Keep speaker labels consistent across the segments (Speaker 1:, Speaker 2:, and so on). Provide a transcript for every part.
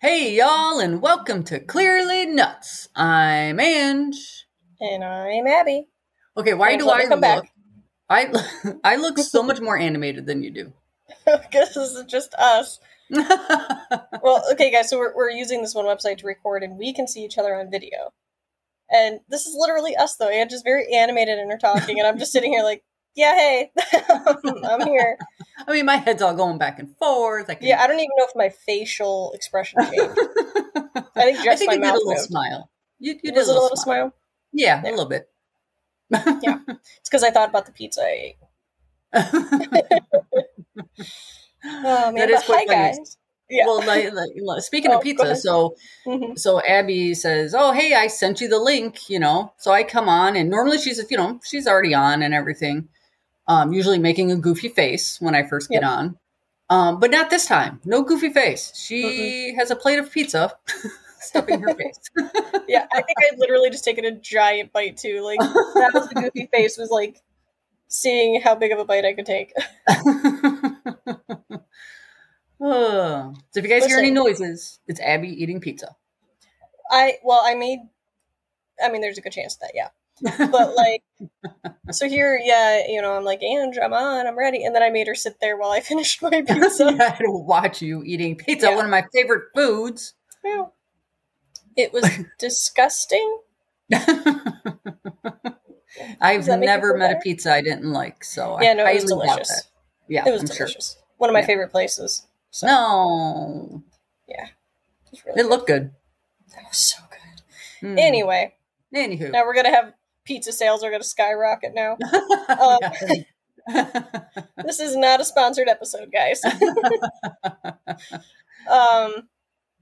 Speaker 1: Hey, y'all, and welcome to Clearly Nuts. I'm Ange.
Speaker 2: And I'm Abby.
Speaker 1: Okay, why
Speaker 2: Ange,
Speaker 1: do
Speaker 2: let me
Speaker 1: I
Speaker 2: come
Speaker 1: look?
Speaker 2: back.
Speaker 1: I I look so much more animated than you do.
Speaker 2: this is just us. Well, okay, guys, so we're, we're using this one website to record, and we can see each other on video. And this is literally us, though. Ange is very animated in her talking, and I'm just sitting here like, yeah, hey, I'm here.
Speaker 1: I mean, my head's all going back and forth. I can,
Speaker 2: Yeah, I don't even know if my facial expression changed. I think just
Speaker 1: I
Speaker 2: my
Speaker 1: you did a
Speaker 2: mouth
Speaker 1: little
Speaker 2: moved.
Speaker 1: smile. You, you did
Speaker 2: Was it a little smile?
Speaker 1: Yeah, a
Speaker 2: Yeah.
Speaker 1: little bit.
Speaker 2: It's because I thought about the pizza I ate. Oh, man.
Speaker 1: That is
Speaker 2: but hi,
Speaker 1: quite funny.
Speaker 2: guys. Yeah.
Speaker 1: Well, like, like, like, speaking
Speaker 2: Oh,
Speaker 1: of
Speaker 2: go
Speaker 1: pizza,
Speaker 2: ahead.
Speaker 1: so
Speaker 2: Mhm.
Speaker 1: so Abby says, "Oh, hey, I sent you the link, you know." So I come on, and normally she's, you know, she's already on and everything. Um, usually making a goofy face when I first get
Speaker 2: Yep.
Speaker 1: on, um, but not this time. No goofy face. She has a plate of pizza stuck in her face.
Speaker 2: Yeah, I think I'd literally just taken a giant bite, too. Like, that was the goofy face, was like seeing how big of a bite I could take.
Speaker 1: Oh. So if you guys hear any
Speaker 2: Listen.
Speaker 1: noises, it's Abby eating pizza.
Speaker 2: I well, I made. I mean, there's a good chance that yeah, but like, so here, yeah, you know, I'm like, Andrew, I'm on, I'm ready, and then I made her sit there while I finished my pizza.
Speaker 1: I had to watch you eating pizza,
Speaker 2: Yeah.
Speaker 1: one of my favorite foods.
Speaker 2: Yeah. It was disgusting.
Speaker 1: I've
Speaker 2: Does that make you
Speaker 1: never
Speaker 2: feel
Speaker 1: met a
Speaker 2: better?
Speaker 1: pizza I didn't like, so
Speaker 2: yeah,
Speaker 1: I
Speaker 2: no,
Speaker 1: highly
Speaker 2: it was
Speaker 1: doubt that.
Speaker 2: delicious.
Speaker 1: Yeah,
Speaker 2: It was
Speaker 1: I'm sure.
Speaker 2: delicious. One of my
Speaker 1: Yeah.
Speaker 2: favorite places. So
Speaker 1: No,
Speaker 2: it was really
Speaker 1: it looked good.
Speaker 2: good. That was so good.
Speaker 1: Mm.
Speaker 2: Anyway,
Speaker 1: anywho,
Speaker 2: now we're gonna have pizza sales are gonna skyrocket now. uh,
Speaker 1: Yeah.
Speaker 2: this is not a sponsored episode, guys. um,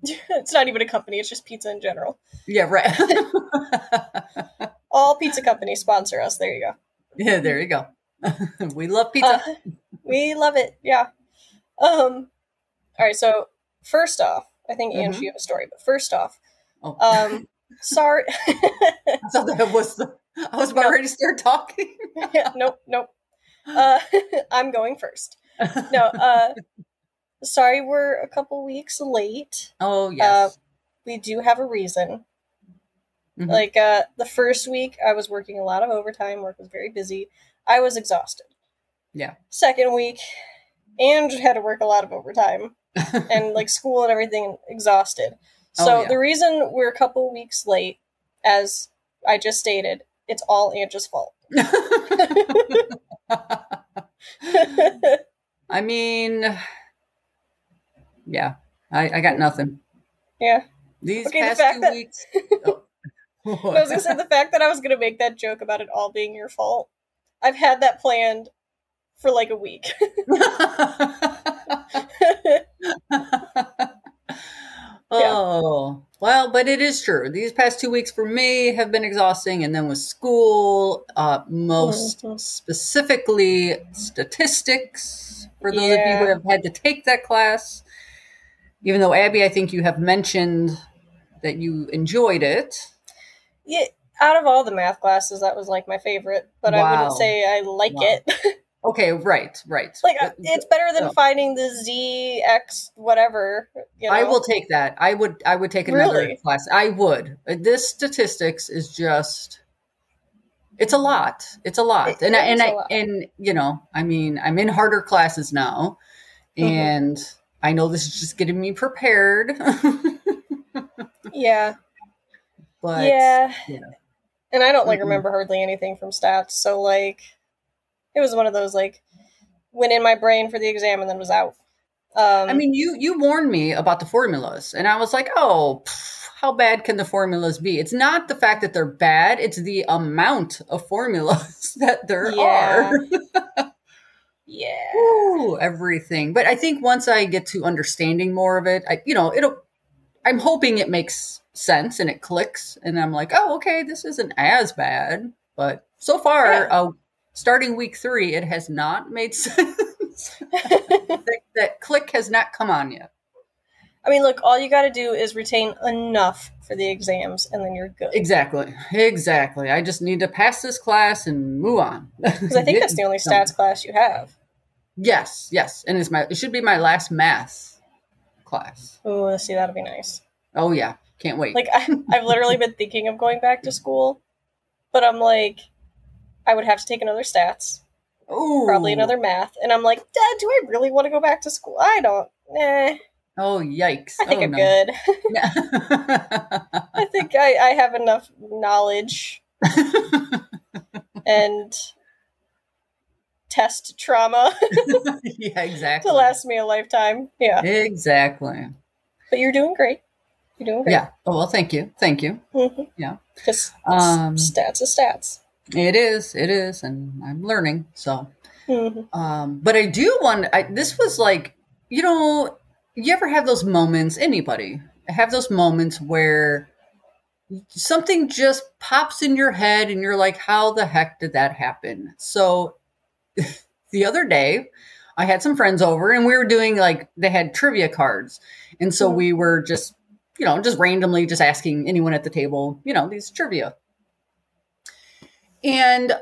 Speaker 2: it's not even a company; it's just pizza in general.
Speaker 1: yeah, right.
Speaker 2: All pizza companies sponsor us. There you go.
Speaker 1: yeah, there you go. we love pizza.
Speaker 2: Uh, we love it. Yeah. Um. All right. So first off, I think Angie you have a story, but first off,
Speaker 1: oh,
Speaker 2: um, sorry.
Speaker 1: I thought that was. The, I was about
Speaker 2: no.
Speaker 1: ready to start talking.
Speaker 2: Yeah, nope. Nope. Uh, I'm going first. No. Uh, sorry, we're a couple weeks late.
Speaker 1: Oh
Speaker 2: Uh,
Speaker 1: yes.
Speaker 2: We do have a reason.
Speaker 1: Mhm.
Speaker 2: Like uh, the first week, I was working a lot of overtime. Work was very busy. I was exhausted.
Speaker 1: Yeah.
Speaker 2: Second week, Andrew had to work a lot of overtime and like school and everything, exhausted.
Speaker 1: Oh,
Speaker 2: So
Speaker 1: yeah.
Speaker 2: the reason we're a couple weeks late, as I just stated, it's all Andrew's fault.
Speaker 1: I mean, yeah, I, I got nothing.
Speaker 2: yeah,
Speaker 1: These
Speaker 2: Okay, the
Speaker 1: past
Speaker 2: fact
Speaker 1: two
Speaker 2: that-
Speaker 1: weeks. Oh.
Speaker 2: I was gonna say the fact that I was gonna make that joke about it all being your fault. I've had that planned for like a week.
Speaker 1: oh well but it is true these past two weeks for me have been exhausting and then with school uh, most
Speaker 2: Mhm.
Speaker 1: specifically statistics for those of you
Speaker 2: Yeah.
Speaker 1: who have had to take that class even though abby i think you have mentioned that you enjoyed it
Speaker 2: yeah, out of all the math classes, that was like my favorite, but I
Speaker 1: Wow.
Speaker 2: wouldn't say I like
Speaker 1: Wow.
Speaker 2: it.
Speaker 1: okay right right
Speaker 2: like uh, it's better than
Speaker 1: Yeah.
Speaker 2: finding the z x whatever you know?
Speaker 1: I will take that. I would. I would take another
Speaker 2: Really?
Speaker 1: class. I would. This statistics is just. It's a lot. It's a lot,
Speaker 2: It
Speaker 1: and I,
Speaker 2: is
Speaker 1: and
Speaker 2: a
Speaker 1: I
Speaker 2: lot.
Speaker 1: and you know, I mean, I'm in harder classes now,
Speaker 2: Mhm.
Speaker 1: and I know this is just getting me prepared.
Speaker 2: yeah
Speaker 1: but
Speaker 2: yeah
Speaker 1: yeah.
Speaker 2: and i don't like
Speaker 1: Mhm.
Speaker 2: remember hardly anything from stats so like it was one of those like went in my brain for the exam and then was out um
Speaker 1: I mean, you you warned me about the formulas, and I was like, oh, pff, how bad can the formulas be? It's not the fact that they're bad; it's the amount of formulas that there are.
Speaker 2: yeah yeah
Speaker 1: Ooh, everything. But I think once I get to understanding more of it, I you know, it'll I'm hoping it makes sense and it clicks and I'm like, "Oh, okay, this isn't as bad." But so far,
Speaker 2: Yeah.
Speaker 1: uh starting week 3, it has not made sense. that, that click has not come on yet.
Speaker 2: i mean look all you got to do is retain enough for the exams and then you're good
Speaker 1: Exactly. Exactly. I just need to pass this class and move on.
Speaker 2: because i think that's the only stats class you have
Speaker 1: Yes, yes. And it's my it should be my last math class.
Speaker 2: Ooh, see, that'll be nice.
Speaker 1: Oh yeah, can't wait.
Speaker 2: Like I, I've literally been thinking of going back to school, but I'm like, I would have to take another stats,
Speaker 1: Ooh.
Speaker 2: probably another math, and I'm like, Dad, do I really want to go back to school? I don't. Nah,
Speaker 1: Oh yikes!
Speaker 2: I think
Speaker 1: oh,
Speaker 2: I'm good.
Speaker 1: no.
Speaker 2: I think I, I have enough knowledge and test trauma
Speaker 1: yeah, exactly.
Speaker 2: to last me a lifetime. Yeah,
Speaker 1: Exactly.
Speaker 2: but you're doing great. You're doing great.
Speaker 1: Yeah. Oh well, thank you, thank you.
Speaker 2: Mhm.
Speaker 1: Yeah.
Speaker 2: Just
Speaker 1: Um,
Speaker 2: stats is stats.
Speaker 1: It is, it is, and I'm learning. So,
Speaker 2: Mhm.
Speaker 1: um, but I do want. I, this was like, you know, you ever have those moments? Anybody have those moments where something just pops in your head, and you're like, "How the heck did that happen?" So, the other day. I had some friends over and we were doing like they had trivia cards. And so
Speaker 2: Mhm.
Speaker 1: we were just, you know, just randomly just asking anyone at the table, you know, these trivia. And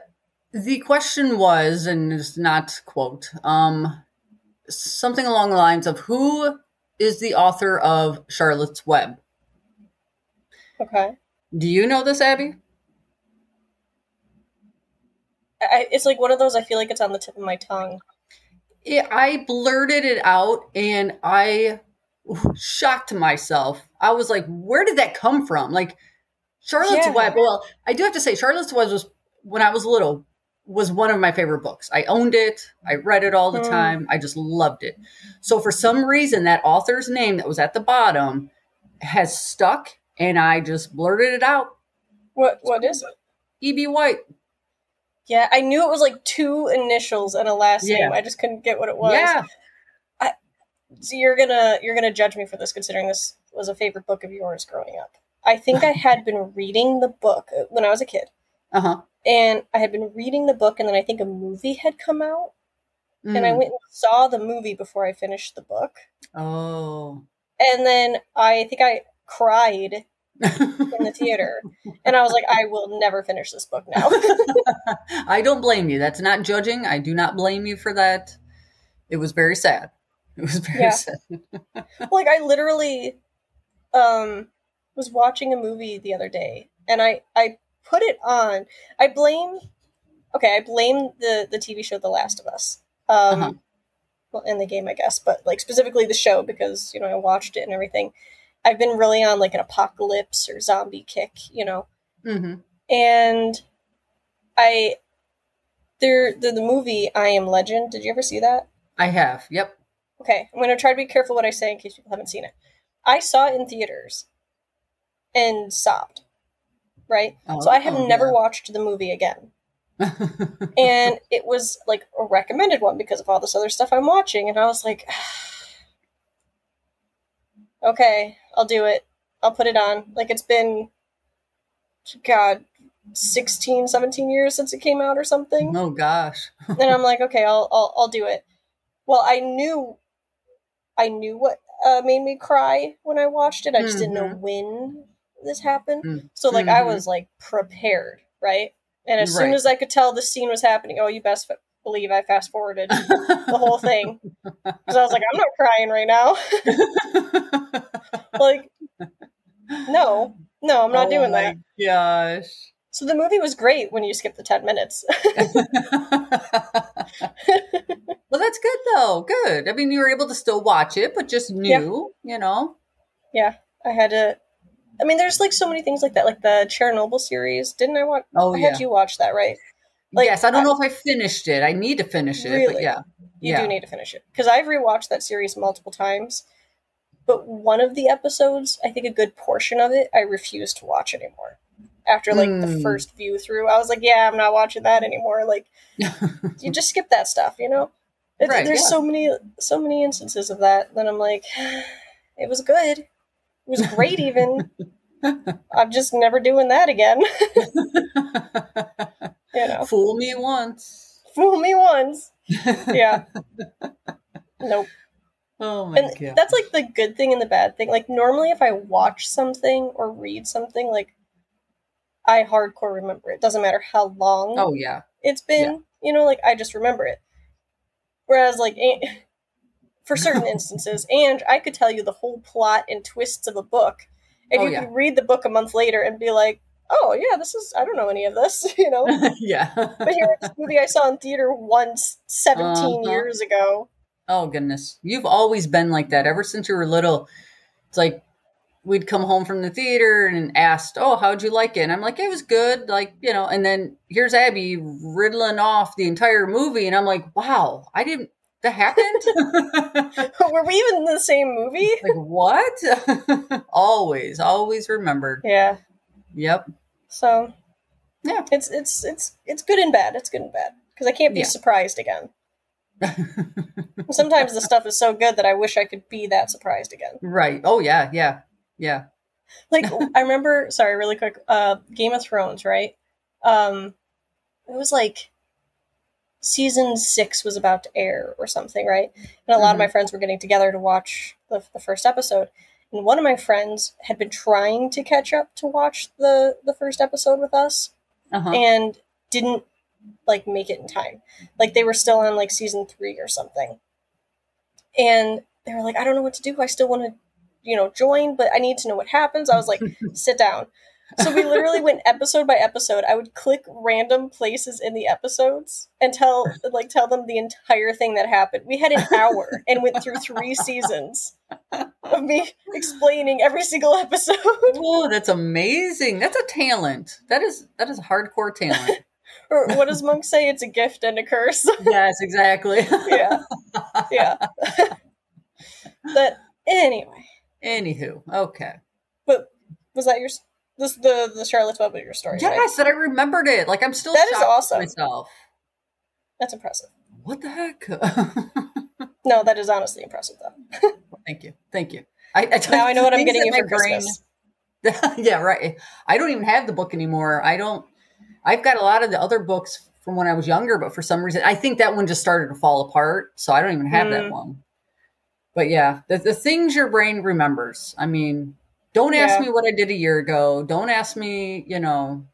Speaker 1: the question was, and it's not quote, um, something along the lines of who is the author of Charlotte's Web?
Speaker 2: Okay.
Speaker 1: Do you know this, Abby?
Speaker 2: I- I, it's like one of those. I feel like it's on the tip of my tongue.
Speaker 1: it, I blurted it out and I shocked myself. I was like, where did that come from? Like Charlotte's
Speaker 2: Yeah.
Speaker 1: Web. Well, I do have to say Charlotte's Web was when I was little was one of my favorite books. I owned it. I read it all the
Speaker 2: Mm.
Speaker 1: time. I just loved it. So for some reason that author's name that was at the bottom has stuck and I just blurted it out.
Speaker 2: What? What is it?
Speaker 1: E.B. White.
Speaker 2: Yeah, I knew it was like two initials and a last
Speaker 1: Yeah.
Speaker 2: name. I just couldn't get what it was.
Speaker 1: Yeah.
Speaker 2: So you're gonna you're gonna judge me for this, considering this was a favorite book of yours growing up. I think I had been reading the book uh, when I was a kid,
Speaker 1: Uh-huh.
Speaker 2: and I had been reading the book, and then I think a movie had come out, and I
Speaker 1: Mm.
Speaker 2: went and saw the movie before I finished the book,
Speaker 1: oh.
Speaker 2: and then I think I cried in the theater, and I was like, I will never finish this book now.
Speaker 1: I don't blame you. That's not judging. I do not blame you for that. It was very sad. It was very
Speaker 2: Yeah.
Speaker 1: sad.
Speaker 2: like I literally um was watching a movie the other day and I I put it on. I blame okay, I blame the the TV show The Last of Us. Um
Speaker 1: Uh-huh.
Speaker 2: well and the game I guess, but like specifically the show because you know I watched it and everything. I've been really on like an apocalypse or zombie kick, you know.
Speaker 1: hmm
Speaker 2: And I there the, the movie I Am Legend, did you ever see that?
Speaker 1: I have. Yep.
Speaker 2: Okay, I'm going to try to be careful what I say in case people haven't seen it. I saw it in theaters and sobbed, right?
Speaker 1: Oh,
Speaker 2: so I have
Speaker 1: oh,
Speaker 2: never
Speaker 1: yeah.
Speaker 2: watched the movie again. And it was like a recommended one because of all this other stuff I'm watching. And I was like, okay, I'll do it. I'll put it on. Like it's been, God, 16, 17 years since it came out or something
Speaker 1: oh gosh.
Speaker 2: then I'm like, okay, I'll, I'll I'll do it. Well, I knew, I knew what uh, made me cry when I watched it. I just didn't know when this happened.
Speaker 1: Mm-hmm. Mm.
Speaker 2: So like, I
Speaker 1: Mhm.
Speaker 2: was like prepared, right? And as soon
Speaker 1: Right.
Speaker 2: as I could tell the scene was happening, oh, you best f- believe I fast forwarded the whole thing because I was like, I'm not crying right now. like, no, no, I'm not
Speaker 1: Oh
Speaker 2: doing
Speaker 1: my
Speaker 2: that.
Speaker 1: Gosh.
Speaker 2: So the movie was great when you skip the ten minutes.
Speaker 1: well, that's good though. Good. I mean, you were able to still watch it, but just knew, you know.
Speaker 2: I had to. I mean, there's like so many things like that, like the Chernobyl series. Didn't I watch?
Speaker 1: Oh
Speaker 2: I
Speaker 1: yeah.
Speaker 2: had you watch that, right? like,
Speaker 1: yes. I don't know if I finished it. I need to finish it. But
Speaker 2: Really?
Speaker 1: yeah.
Speaker 2: You
Speaker 1: yeah.
Speaker 2: do need to finish it because I've rewatched that series multiple times. But one of the episodes, I think a good portion of it, I refused to watch anymore. After like the
Speaker 1: Hmm.
Speaker 2: first view through, I was like, "Yeah, I'm not watching that anymore." Like, you just skip that stuff, you know. It-
Speaker 1: Right,
Speaker 2: there's
Speaker 1: yeah.
Speaker 2: so many, so many instances of that. Then I'm like, "It was good, it was great, even." I'm just never doing that again, you know.
Speaker 1: Fool me once.
Speaker 2: fool me once. Yeah. nope.
Speaker 1: Oh my
Speaker 2: And
Speaker 1: god.
Speaker 2: that's like the good thing and the bad thing. Like normally if I watch something or read something, like I hardcore remember it. Doesn't matter how long
Speaker 1: Oh yeah.
Speaker 2: it's been, you know, like I just remember it. Whereas like an- for certain instances. And I could tell you the whole plot and twists of a book. And
Speaker 1: Oh,
Speaker 2: you
Speaker 1: yeah.
Speaker 2: could read the book a month later and be like, oh, yeah, this is, I don't know any of this, you know?
Speaker 1: yeah.
Speaker 2: but here, it's a movie I saw in theater once 17
Speaker 1: Uh-huh.
Speaker 2: years ago.
Speaker 1: Oh goodness. You've always been like that ever since you were little. It's like we'd come home from the theater and asked, "Oh, how'd you like it?" And I'm like, "It was good." Like, you know, and then here's Abby riddling off the entire movie and I'm like, "Wow, I didn't that happened?"
Speaker 2: Were we even in the same movie?
Speaker 1: like, what? always, always remembered.
Speaker 2: Yeah.
Speaker 1: Yep.
Speaker 2: So
Speaker 1: Yeah.
Speaker 2: it's it's it's it's good and bad. It's good and bad because I can't be
Speaker 1: Yeah.
Speaker 2: surprised again. Sometimes the stuff is so good that I wish I could be that surprised again.
Speaker 1: Right. Oh yeah, yeah. Yeah.
Speaker 2: Like I remember, sorry, really quick, uh Game of Thrones, right? Um it was like season 6 was about to air or something, right? And a lot of
Speaker 1: Mhm.
Speaker 2: my friends were getting together to watch the, the first episode. And one of my friends had been trying to catch up to watch the the first episode with us.
Speaker 1: Uh-huh.
Speaker 2: and didn't like make it in time. Like they were still on like season three or something. And they were like, I don't know what to do. I still want to, you know, join, but I need to know what happens. I was like, sit down. So we literally went episode by episode. I would click random places in the episodes and tell like tell them the entire thing that happened. We had an hour and went through three seasons of me explaining every single episode.
Speaker 1: Oh, that's amazing. That's a talent. That is that is hardcore talent.
Speaker 2: or what does Monk say? It's a gift and a curse.
Speaker 1: yes, exactly.
Speaker 2: yeah. Yeah. but anyway,
Speaker 1: Anywho, okay.
Speaker 2: was that your s- this the the Charlotte's Web was your story? right?
Speaker 1: Yes, that I remembered it. Like I'm still
Speaker 2: That is
Speaker 1: shocked with
Speaker 2: awesome.
Speaker 1: myself.
Speaker 2: That's impressive.
Speaker 1: What the heck?
Speaker 2: No, that is honestly impressive though.
Speaker 1: Thank you. Thank you. I, I
Speaker 2: Now I know what I'm getting you
Speaker 1: in
Speaker 2: for Christmas.
Speaker 1: yeah, right. I don't even have the book anymore. I don't I've got a lot of the other books from when I was younger, but for some reason I think that one just started to fall apart, so I don't even have that
Speaker 2: Mm.
Speaker 1: one. But yeah, the, the things your brain remembers. I mean, don't ask
Speaker 2: Yeah.
Speaker 1: me what I did a year ago. Don't ask me, you know,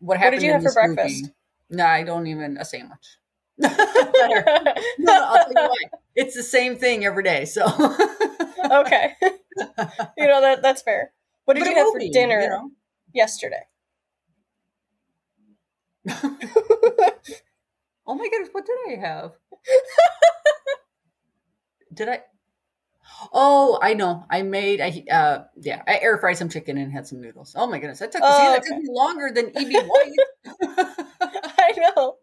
Speaker 1: what
Speaker 2: What
Speaker 1: happened
Speaker 2: did you
Speaker 1: in
Speaker 2: have for
Speaker 1: this movie.
Speaker 2: breakfast?
Speaker 1: No, I don't even a sandwich. Better. No, no, I'll tell you what. It's the same thing every day. So
Speaker 2: okay. you know that that's fair. What did
Speaker 1: But
Speaker 2: you
Speaker 1: it
Speaker 2: have
Speaker 1: will
Speaker 2: for
Speaker 1: be,
Speaker 2: dinner
Speaker 1: you know?
Speaker 2: yesterday?
Speaker 1: Oh my goodness, what did I have? did I? Oh, I know. I made. I uh, yeah. I air fried some chicken and had some noodles. Oh my goodness, that took.
Speaker 2: Oh,
Speaker 1: see, that
Speaker 2: okay.
Speaker 1: took me longer than E.B. White.
Speaker 2: I know.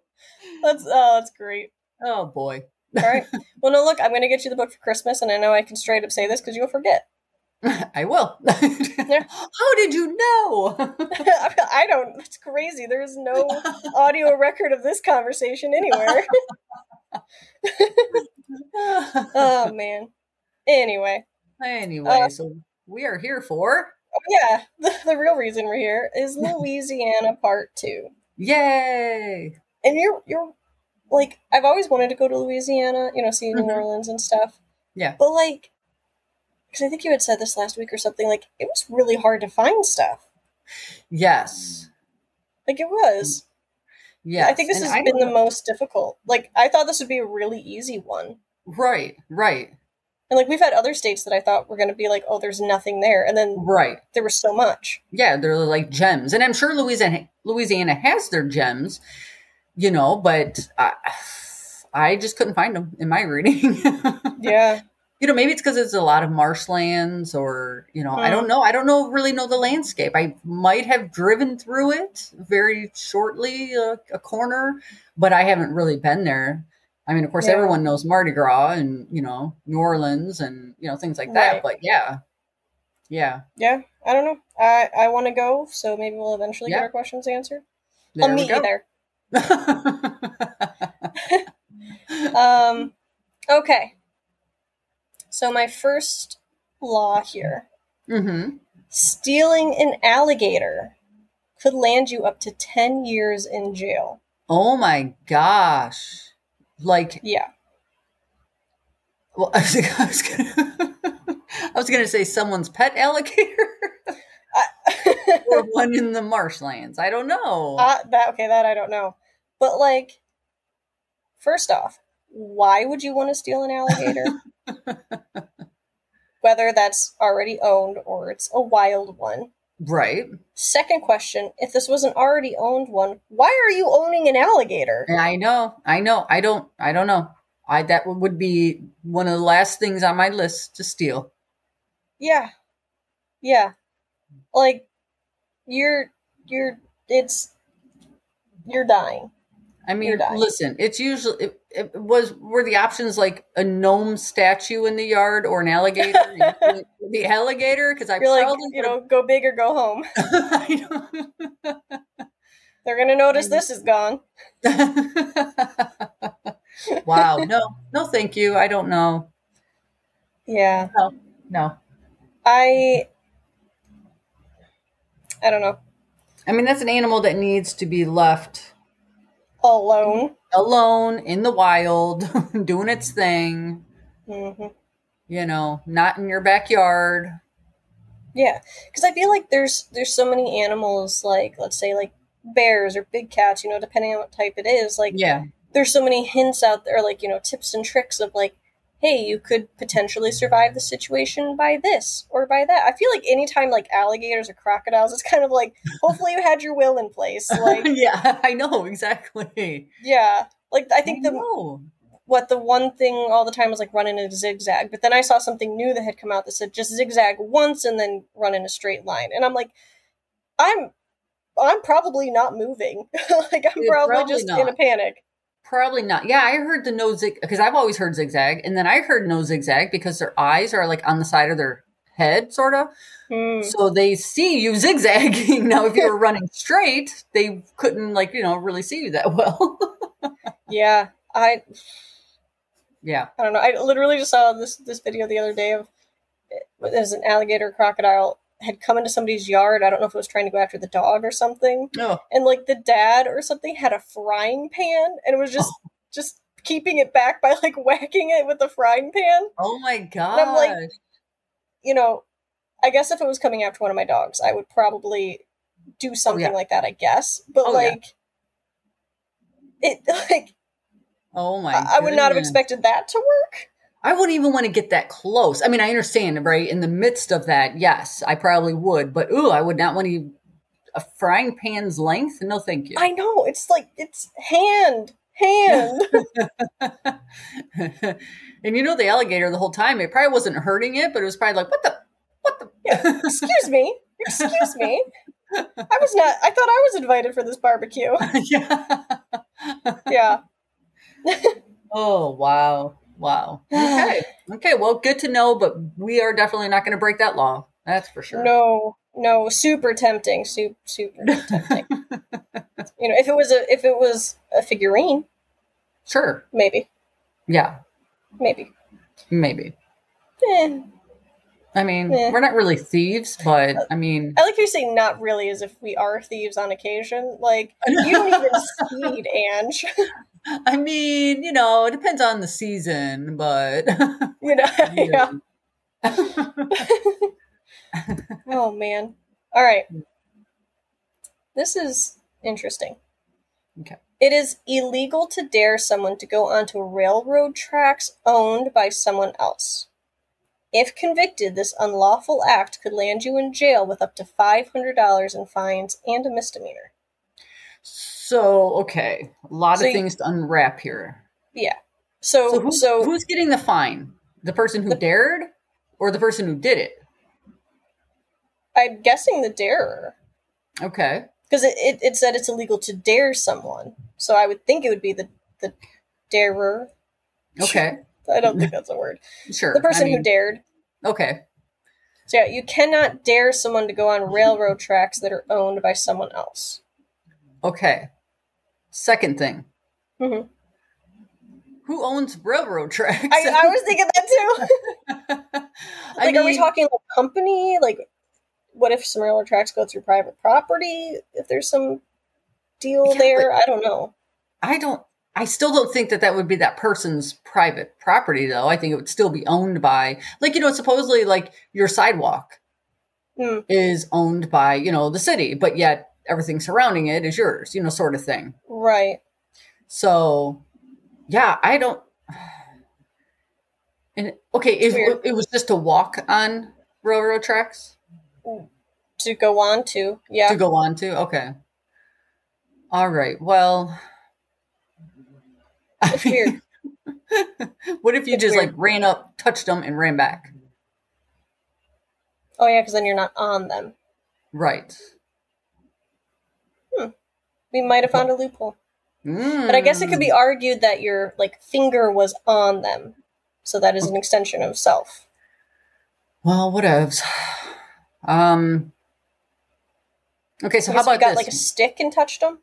Speaker 2: That's oh, that's great.
Speaker 1: oh boy.
Speaker 2: All right. Well, no, look, I'm going to get you the book for Christmas, and I know I can straight up say this because you'll forget.
Speaker 1: I will. How did you know?
Speaker 2: I don't. That's crazy. There is no audio record of this conversation anywhere. oh man. Anyway, Uh,
Speaker 1: anyway, so we are here for
Speaker 2: oh, yeah, the, the real reason we're here is Louisiana Part Two,
Speaker 1: yay.
Speaker 2: and you're you're like I've always wanted to go to Louisiana, you know, see New
Speaker 1: Mhm.
Speaker 2: Orleans and stuff.
Speaker 1: Yeah.
Speaker 2: but like, because I think you had said this last week or something. Like, it was really hard to find stuff.
Speaker 1: Yes.
Speaker 2: Like it was.
Speaker 1: Yes.
Speaker 2: I think this
Speaker 1: And
Speaker 2: has
Speaker 1: I
Speaker 2: been
Speaker 1: don't-
Speaker 2: the most difficult. Like I thought this would be a really easy one.
Speaker 1: right, right,
Speaker 2: And like we've had other states that I thought were going to be like, oh, there's nothing there, and then
Speaker 1: right.
Speaker 2: there was so much.
Speaker 1: yeah, they're like gems, and I'm sure Louisiana Louisiana has their gems, you know, but I, I just couldn't find them in my reading.
Speaker 2: Yeah,
Speaker 1: you know, maybe it's because it's a lot of marshlands, or you know, I don't know. I don't know really know the landscape. I might have driven through it very shortly, a, a corner, but I haven't really been there. I mean, of course,
Speaker 2: Yeah.
Speaker 1: everyone knows Mardi Gras and you know New Orleans and you know things like that,
Speaker 2: Right.
Speaker 1: but yeah, yeah,
Speaker 2: yeah. I don't know. I I want to go, so maybe we'll eventually get
Speaker 1: Yeah.
Speaker 2: our questions answered.
Speaker 1: there
Speaker 2: I'll
Speaker 1: we
Speaker 2: meet
Speaker 1: go.
Speaker 2: you there. Um, okay. So my first law here:
Speaker 1: mm-hmm.
Speaker 2: stealing an alligator could land you up to ten years in jail.
Speaker 1: Oh my gosh. Like,
Speaker 2: Yeah.
Speaker 1: well, I was, I was gonna, I was gonna say someone's pet alligator or one in the marshlands. I don't know.
Speaker 2: Uh, that okay, that I don't know. But like, first off, why would you want to steal an alligator? whether that's already owned or it's a wild one.
Speaker 1: Right.
Speaker 2: Second question if this was an already owned one, why are you owning an alligator?
Speaker 1: And I know. I know. I don't. I don't know. I that would be one of the last things on my list to steal.
Speaker 2: Yeah. Yeah. Like you're you're it's you're dying.
Speaker 1: I mean,
Speaker 2: You're dying.
Speaker 1: listen. It's usually it, it was were the options like a gnome statue in the yard or an alligator. You went with the alligator because I
Speaker 2: You're like,
Speaker 1: probably
Speaker 2: you know, go big or go home.
Speaker 1: would've- I know.
Speaker 2: They're gonna notice
Speaker 1: Mm-hmm.
Speaker 2: this is gone.
Speaker 1: wow. No, no, thank you. I don't know.
Speaker 2: Yeah.
Speaker 1: No.
Speaker 2: I I don't know.
Speaker 1: I mean, that's an animal that needs to be left
Speaker 2: Alone.
Speaker 1: alone in the wild, doing its thing,
Speaker 2: hmm
Speaker 1: you know, not in your backyard.
Speaker 2: Yeah, because I feel like there's there's so many animals like let's say like bears or big cats, you know, depending on what type it is. Like
Speaker 1: Yeah.
Speaker 2: there's so many hints out there, like you know, tips and tricks of like, hey, you could potentially survive the situation by this or by that. I feel like anytime like alligators or crocodiles, it's kind of like hopefully you had your will in place. Like
Speaker 1: yeah, I know exactly.
Speaker 2: yeah, like I think the
Speaker 1: know.
Speaker 2: what the one thing all the time was like run in a zigzag. But then I saw something new that had come out that said just zigzag once and then run in a straight line. And I'm like, I'm I'm probably not moving. like I'm
Speaker 1: Yeah,
Speaker 2: probably,
Speaker 1: probably
Speaker 2: just
Speaker 1: not.
Speaker 2: in a panic.
Speaker 1: Probably not. Yeah, I heard the no zig because I've always heard zigzag, and then I heard no zigzag because their eyes are like on the side of their head, sort of.
Speaker 2: Hmm.
Speaker 1: Mm. So they see you zigzagging. Now, if you were running straight, they couldn't like you know really see you that well.
Speaker 2: Yeah. I
Speaker 1: yeah,
Speaker 2: I don't know. I literally just saw this this video the other day of there's an alligator or crocodile had come into somebody's yard. I don't know if it was trying to go after the dog or something.
Speaker 1: oh,
Speaker 2: and like the dad or something had a frying pan and was just
Speaker 1: Oh.
Speaker 2: just keeping it back by like whacking it with the frying pan
Speaker 1: oh my god!
Speaker 2: I'm like- you know i guess if it was coming after one of my dogs i would probably do something like that i guess but
Speaker 1: Oh, yeah.
Speaker 2: like it like
Speaker 1: oh my!
Speaker 2: I, I would not have
Speaker 1: goodness.
Speaker 2: expected that to work
Speaker 1: I wouldn't even want to get that close. I mean, I understand, right? In the midst of that, yes, I probably would, but ooh, I would not want to a frying pan's length. No, thank you.
Speaker 2: i know it's like it's hand hand
Speaker 1: and you know the alligator the whole time. It probably wasn't hurting it, but it was probably like, what the, what the.
Speaker 2: excuse me excuse me i was not i thought i was invited for this barbecue
Speaker 1: yeah.
Speaker 2: yeah
Speaker 1: Oh wow, wow. Okay, okay. Well, good to know. But we are definitely not going to break that law. That's for sure.
Speaker 2: No, no, super tempting, super, super tempting. you know, if it was a if it was a figurine,
Speaker 1: Sure.
Speaker 2: maybe,
Speaker 1: Yeah.
Speaker 2: maybe.
Speaker 1: Maybe.
Speaker 2: Eh.
Speaker 1: I mean,
Speaker 2: Yeah.
Speaker 1: we're not really thieves, but I mean,
Speaker 2: I like you saying not really, as if we are thieves on occasion. Like you don't even speed, Ange.
Speaker 1: I mean, you know, it depends on the season, but
Speaker 2: you know, yeah. Oh man. All right. This is interesting.
Speaker 1: Okay.
Speaker 2: It is illegal to dare someone to go onto railroad tracks owned by someone else. If convicted, this unlawful act could land you in jail with up to $500 in fines and a misdemeanor.
Speaker 1: so okay, a lot
Speaker 2: So
Speaker 1: of
Speaker 2: you-
Speaker 1: things to unwrap here.
Speaker 2: So,
Speaker 1: So,
Speaker 2: so,
Speaker 1: who, who's getting the fine? The person who dared, or the person who did it?
Speaker 2: I'm guessing the darer.
Speaker 1: Okay.
Speaker 2: Because it, it, it said it's illegal to dare someone. So I would think it would be the, the darer.
Speaker 1: Okay.
Speaker 2: I don't think that's a word.
Speaker 1: Sure.
Speaker 2: The person
Speaker 1: I mean,
Speaker 2: who dared.
Speaker 1: Okay.
Speaker 2: So yeah, you cannot dare someone to go on railroad tracks that are owned by someone else.
Speaker 1: Okay. Second thing.
Speaker 2: Mhm.
Speaker 1: Who owns railroad tracks?
Speaker 2: I, I was thinking that too.
Speaker 1: I
Speaker 2: like, are we
Speaker 1: mean,
Speaker 2: talking like company? Like, what if some railroad tracks go through private property? If there's some deal
Speaker 1: Yeah,
Speaker 2: there, I don't know.
Speaker 1: I don't. I still don't think that that would be that person's private property, though. I think it would still be owned by, like you know, supposedly like your sidewalk
Speaker 2: Hmm.
Speaker 1: is owned by you know the city, but yet everything surrounding it is yours, you know, sort of thing.
Speaker 2: Right?
Speaker 1: So, yeah, I don't. And okay,
Speaker 2: It's
Speaker 1: if
Speaker 2: weird.
Speaker 1: it was just to walk on railroad tracks
Speaker 2: to go on to. Yeah.
Speaker 1: to go on to, okay. All right. Well, I
Speaker 2: It's
Speaker 1: mean,
Speaker 2: weird.
Speaker 1: what if you
Speaker 2: It's
Speaker 1: just
Speaker 2: weird.
Speaker 1: like ran up, touched them, and ran back?
Speaker 2: Oh yeah, because then you're not on them.
Speaker 1: Right.
Speaker 2: We might have found a loophole,
Speaker 1: Mm.
Speaker 2: but I guess it could
Speaker 1: Hmm.
Speaker 2: be argued that your like finger was on them, so that is an extension of self.
Speaker 1: Well, whatevs. Um. Okay, so
Speaker 2: So
Speaker 1: how about
Speaker 2: we got
Speaker 1: this?
Speaker 2: like a stick and touched them?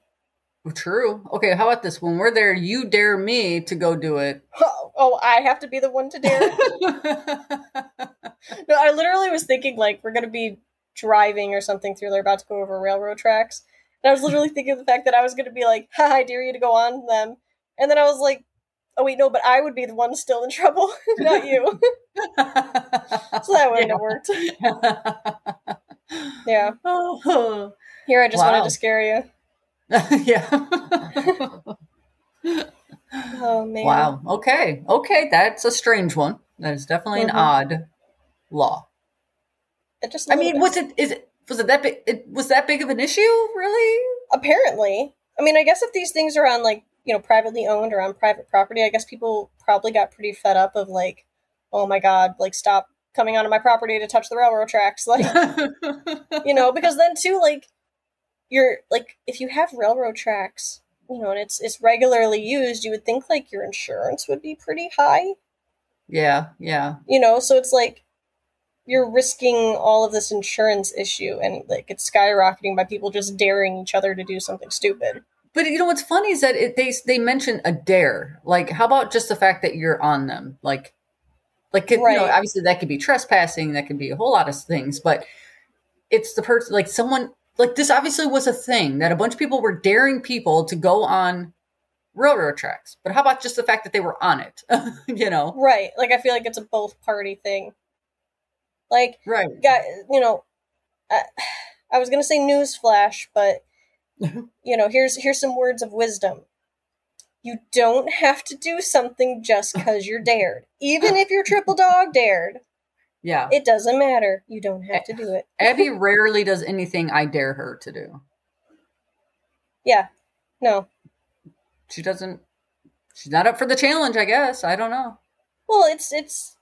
Speaker 1: True. Okay, how about this? When we're there, you dare me to go do it.
Speaker 2: Oh, oh, I have to be the one to dare. No, I literally was thinking like we're gonna be driving or something through. They're about to go over railroad tracks, and I was literally thinking of the fact that I was gonna be like, "Ha, I dare you to go on them," and then I was like, "Oh wait, no, but I would be the one still in trouble, not you." so that wouldn't have worked. Yeah,
Speaker 1: Oh.
Speaker 2: here I just
Speaker 1: Wow.
Speaker 2: wanted to scare you.
Speaker 1: yeah.
Speaker 2: Oh man,
Speaker 1: wow. Okay. Okay, that's a strange one. That is definitely
Speaker 2: Mhm.
Speaker 1: an odd law.
Speaker 2: It just
Speaker 1: I mean,
Speaker 2: what's
Speaker 1: was it? Is it? Was it that big? It, was that big of an issue? Really?
Speaker 2: apparently? I mean, I guess if these things are on like you know privately owned or on private property, I guess people probably got pretty fed up of like, "Oh my god, like stop." coming onto my property to touch the railroad tracks like you know because then too like you're like if you have railroad tracks you know and it's it's regularly used you would think like your insurance would be pretty high
Speaker 1: yeah. Yeah.
Speaker 2: you know so it's like you're risking all of this insurance issue and like it's skyrocketing by people just daring each other to do something stupid
Speaker 1: But you know what's funny is that it, they they mention a dare. Like, how about just the fact that you're on them? Like, like you know,
Speaker 2: Right.
Speaker 1: obviously that could be trespassing. That could be a whole lot of things. But it's the person, like someone, like this obviously was a thing that a bunch of people were daring people to go on railroad tracks. But how about just the fact that they were on it? you know,
Speaker 2: right like i feel like it's a both party thing like
Speaker 1: right?
Speaker 2: got you know I, I was gonna say newsflash but you know here's here's some words of wisdom you don't have to do something just because you're dared even if you're triple dog dared
Speaker 1: Yeah.
Speaker 2: it doesn't matter you don't have to do it
Speaker 1: Abby rarely does anything I dare her to do.
Speaker 2: yeah no
Speaker 1: She doesn't. She's not up for the challenge. I guess. I don't know.
Speaker 2: well it's it's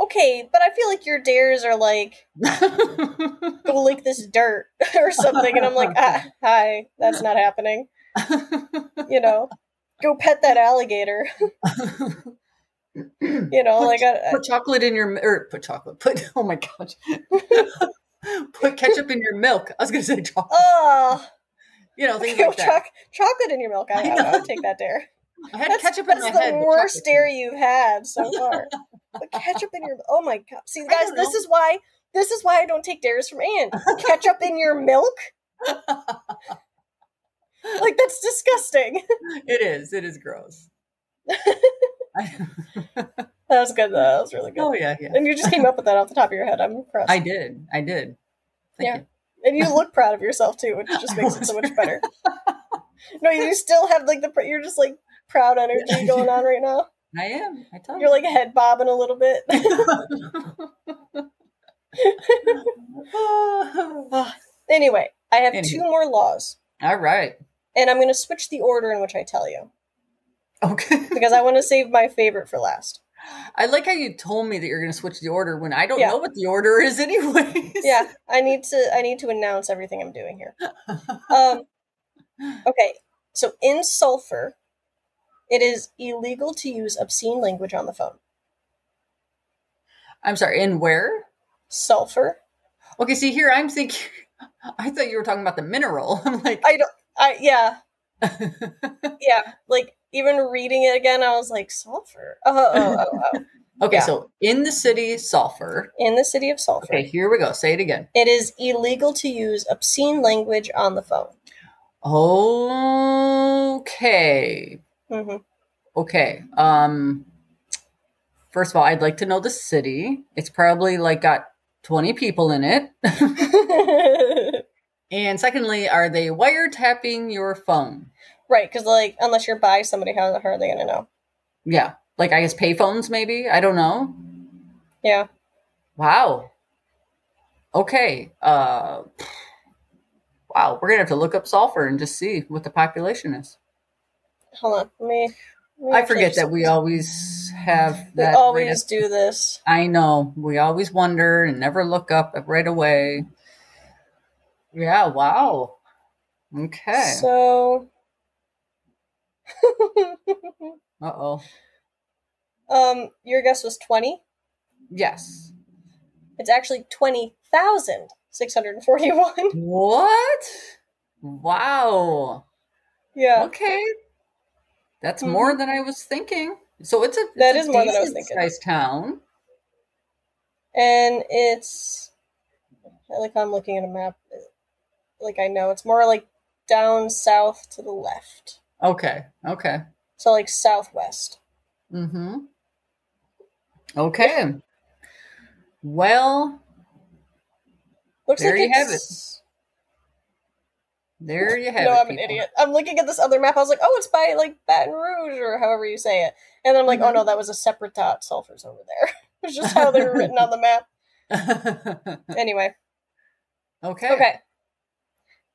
Speaker 2: okay but i feel like your dares are like go lick this dirt or something and i'm like ah, hi that's not happening you know go pet that alligator you know like uh, I,
Speaker 1: put chocolate in your or put chocolate. Put oh my gosh. put ketchup in your milk. I was gonna say chocolate.
Speaker 2: Oh,
Speaker 1: You know things
Speaker 2: yo,
Speaker 1: like that.
Speaker 2: oh, choc- chocolate in your milk.
Speaker 1: I
Speaker 2: I, I, I
Speaker 1: know.
Speaker 2: would take that dare.
Speaker 1: I had
Speaker 2: That's,
Speaker 1: ketchup in
Speaker 2: that's
Speaker 1: my
Speaker 2: the
Speaker 1: head. but
Speaker 2: worst
Speaker 1: chocolate-
Speaker 2: dare you've had so far. but ketchup in your oh my god! See, guys,
Speaker 1: don't
Speaker 2: this
Speaker 1: know.
Speaker 2: is why this is why I don't take dares from Anne. ketchup in your milk. Like that's disgusting.
Speaker 1: It is. It is gross. I-
Speaker 2: That was good though. That was really good.
Speaker 1: oh yeah, yeah.
Speaker 2: And you just came up with that off the top of your head. I'm impressed.
Speaker 1: I did. I did. Thank
Speaker 2: Yeah.
Speaker 1: you.
Speaker 2: and you look proud of yourself too, which just makes it so much better. No, you still have like the pr- you're just like proud energy going on right now.
Speaker 1: I am. I tell you.
Speaker 2: You're like head bobbing a little bit.
Speaker 1: All
Speaker 2: Anyway, I have
Speaker 1: Anywho.
Speaker 2: two more laws,
Speaker 1: right.
Speaker 2: and I'm going to switch the order in which I tell you
Speaker 1: Okay.
Speaker 2: because I want to save my favorite for last.
Speaker 1: I like how you told me that you're going to switch the order when I don't
Speaker 2: Yeah.
Speaker 1: know what the order is, anyways.
Speaker 2: Yeah, I need to I need to announce everything I'm doing here. Um, okay, so in Sulphur, it is illegal to use obscene language on the phone.
Speaker 1: I'm sorry. And where?
Speaker 2: Sulphur,
Speaker 1: Okay. See, here I'm thinking. I thought you were talking about the mineral. I'm like,
Speaker 2: I don't. I yeah yeah like even reading it again, I was like sulfur. Oh oh oh, oh.
Speaker 1: okay.
Speaker 2: yeah.
Speaker 1: So in the city, sulfur.
Speaker 2: in the city of Sulphur,
Speaker 1: Okay. Here we go. Say it again.
Speaker 2: it is illegal to use obscene language on the phone.
Speaker 1: Okay.
Speaker 2: hmm
Speaker 1: Okay. Um. First of all, I'd like to know the city. It's probably like got 20 people in it.
Speaker 2: right,
Speaker 1: and secondly, are they wiretapping your phone?
Speaker 2: because like unless you're by somebody, how, how are they gonna know?
Speaker 1: Yeah. like I guess payphones, maybe. I don't know.
Speaker 2: Yeah.
Speaker 1: Wow. Okay. Uh, wow. We're gonna have to look up sulfur and just see what the population is.
Speaker 2: Hold on. Let me. let me
Speaker 1: I forget
Speaker 2: actually-
Speaker 1: that we always have
Speaker 2: We
Speaker 1: that. right
Speaker 2: always
Speaker 1: at-
Speaker 2: do this.
Speaker 1: I know. We always wonder and never look up right away. Yeah. Wow. Okay.
Speaker 2: So.
Speaker 1: uh oh.
Speaker 2: um, your guess was twenty.
Speaker 1: Yes.
Speaker 2: It's actually twenty thousand six hundred forty-one.
Speaker 1: What? Wow.
Speaker 2: yeah.
Speaker 1: Okay. That's
Speaker 2: Mhm.
Speaker 1: more than I was thinking. So it's a it's
Speaker 2: That
Speaker 1: a
Speaker 2: is more than I was
Speaker 1: decent
Speaker 2: thinking.
Speaker 1: Sized town.
Speaker 2: and it's like I'm looking at a map. Like I know it's more like down south to the left,
Speaker 1: Okay. Okay.
Speaker 2: so like southwest.
Speaker 1: Mm-hmm. Okay. Well,
Speaker 2: Looks
Speaker 1: There
Speaker 2: like
Speaker 1: you have
Speaker 2: it's-
Speaker 1: there you have
Speaker 2: no,
Speaker 1: it.
Speaker 2: I'm an
Speaker 1: people.
Speaker 2: idiot. I'm looking at this other map. I was like, oh, it's by like Baton Rouge or however you say it, and then I'm like, oh
Speaker 1: Mhm.
Speaker 2: no, that was a separate dot. Sulfur's over there. it's just how they were written on the map. Anyway,
Speaker 1: okay.
Speaker 2: okay.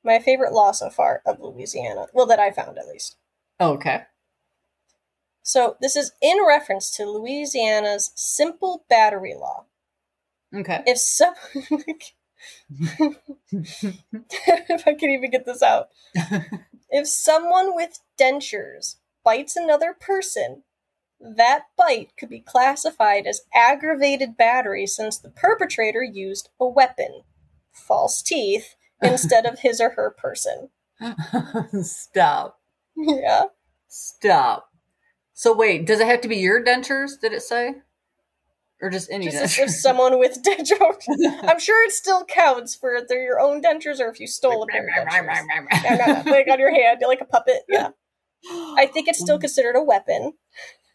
Speaker 2: My favorite law so far of Louisiana, well, that I found at least.
Speaker 1: Okay.
Speaker 2: So this is in reference to Louisiana's simple battery law.
Speaker 1: Okay.
Speaker 2: If some, if I can even get this out, if someone with dentures bites another person, that bite could be classified as aggravated battery since the perpetrator used a weapon, false teeth, instead of his or her person.
Speaker 1: Stop.
Speaker 2: Yeah.
Speaker 1: Stop. So wait, does it have to be your dentures? Did it say, or just any
Speaker 2: Just if
Speaker 1: dentures?
Speaker 2: someone with dentures. I'm sure it still counts for if they're your own dentures or if you stole a pair of dentures. Yeah, no, no, like on your hand, you're like a puppet. Yeah. I think it's still considered a weapon,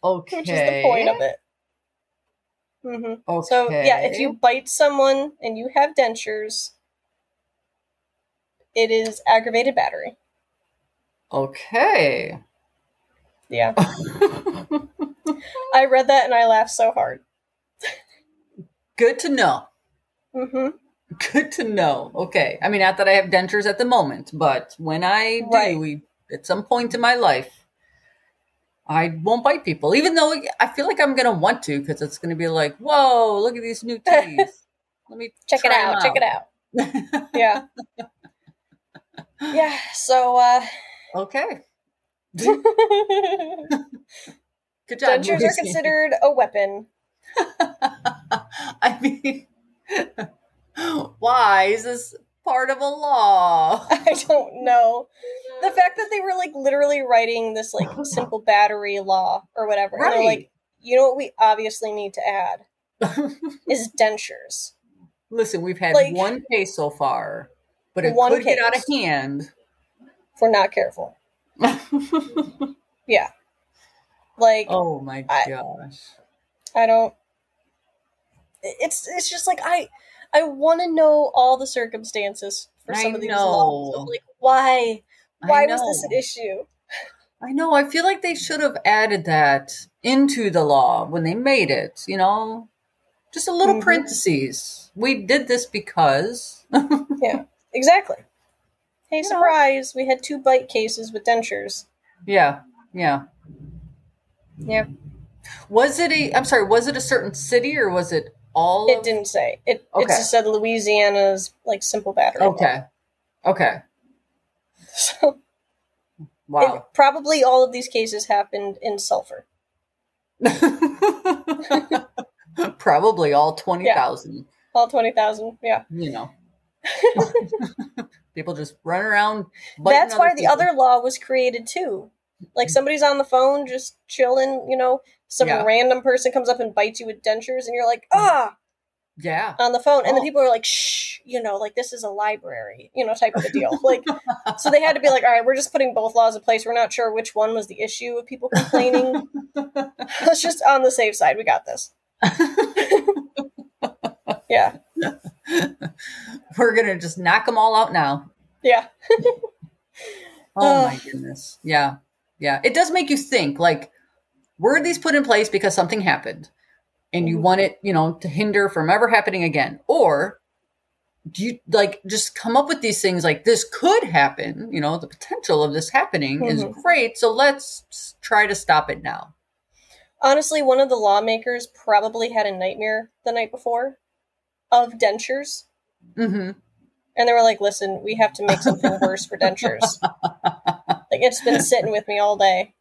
Speaker 1: okay.
Speaker 2: which is the point of it. hmm
Speaker 1: Okay.
Speaker 2: So, yeah, if you bite someone and you have dentures, it is aggravated battery.
Speaker 1: okay.
Speaker 2: Yeah. I read that and I laughed so hard.
Speaker 1: Good to know.
Speaker 2: hmm
Speaker 1: Good to know. Okay. I mean, not that I have dentures at the moment, but when I do,
Speaker 2: Right.
Speaker 1: we, at some point in my life, I won't bite people, even though I feel like I'm going to want to because it's going to be like, whoa, look at these new teeth. Let me
Speaker 2: Check it out, Check it out.
Speaker 1: out.
Speaker 2: Yeah. yeah. So, uh,
Speaker 1: okay.
Speaker 2: dentures
Speaker 1: Good job.
Speaker 2: are
Speaker 1: Lucy.
Speaker 2: considered a weapon.
Speaker 1: I mean, why is this part of a law?
Speaker 2: I don't know. The fact that they were like literally writing this like simple battery law or whatever. And they're like, you know what we obviously need to add
Speaker 1: Right.
Speaker 2: is dentures.
Speaker 1: Listen, we've had
Speaker 2: Like-
Speaker 1: one case so far, but it
Speaker 2: One
Speaker 1: could get out of
Speaker 2: case.
Speaker 1: hand.
Speaker 2: If we're not careful. Yeah. Like
Speaker 1: oh my
Speaker 2: I-
Speaker 1: gosh.
Speaker 2: I don't it's it's just like I I wanna know all the circumstances for
Speaker 1: I
Speaker 2: some of these
Speaker 1: know.
Speaker 2: laws. I'm like, why?
Speaker 1: I
Speaker 2: Why was
Speaker 1: know.
Speaker 2: this an issue?
Speaker 1: I know. I feel like they should have added that into the law when they made it, you know? Just a little
Speaker 2: Mhm.
Speaker 1: parentheses. We did this because.
Speaker 2: Exactly. Hey,
Speaker 1: know.
Speaker 2: surprise, we had two bite cases with dentures.
Speaker 1: yeah. Yeah.
Speaker 2: Yeah.
Speaker 1: Was it a, I'm sorry, was it a certain city or was it all?
Speaker 2: It
Speaker 1: of-
Speaker 2: didn't say. It it
Speaker 1: Okay.
Speaker 2: just said Louisiana's like simple battery. law.
Speaker 1: Okay. Okay.
Speaker 2: So it,
Speaker 1: Wow.
Speaker 2: probably all of these cases happened in Sulphur.
Speaker 1: Probably all 20,000.
Speaker 2: All twenty thousand. Yeah.
Speaker 1: you know, people just run around. biting
Speaker 2: That's why the
Speaker 1: people. Mm.
Speaker 2: other law was created too. Like somebody's on the phone just chilling, you know, some
Speaker 1: Yeah.
Speaker 2: random person comes up and bites you with dentures and you're like, ah,
Speaker 1: Yeah.
Speaker 2: on the phone. And the
Speaker 1: Oh.
Speaker 2: people are like, shh, you know, like this is a library, you know, type of a deal. like, so they had to be like, all right, we're just putting both laws in place. We're not sure which one was the issue of people complaining. Let's just on the safe side. We got this. Yeah.
Speaker 1: We're going to just knock them all out now.
Speaker 2: Yeah.
Speaker 1: Oh
Speaker 2: Ugh.
Speaker 1: my goodness. Yeah. Yeah. It does make you think like, were these put in place because something happened and
Speaker 2: Mm-hmm.
Speaker 1: you want it, you know, to hinder from ever happening again? Or do you like just come up with these things like this could happen, you know, the potential of this happening
Speaker 2: Mhm.
Speaker 1: is great, so let's s- try to stop it now.
Speaker 2: Honestly, one of the lawmakers probably had a nightmare the night before of dentures.
Speaker 1: Mhm.
Speaker 2: And they were like, listen, we have to make something worse for dentures. Like, it's been sitting with me all day.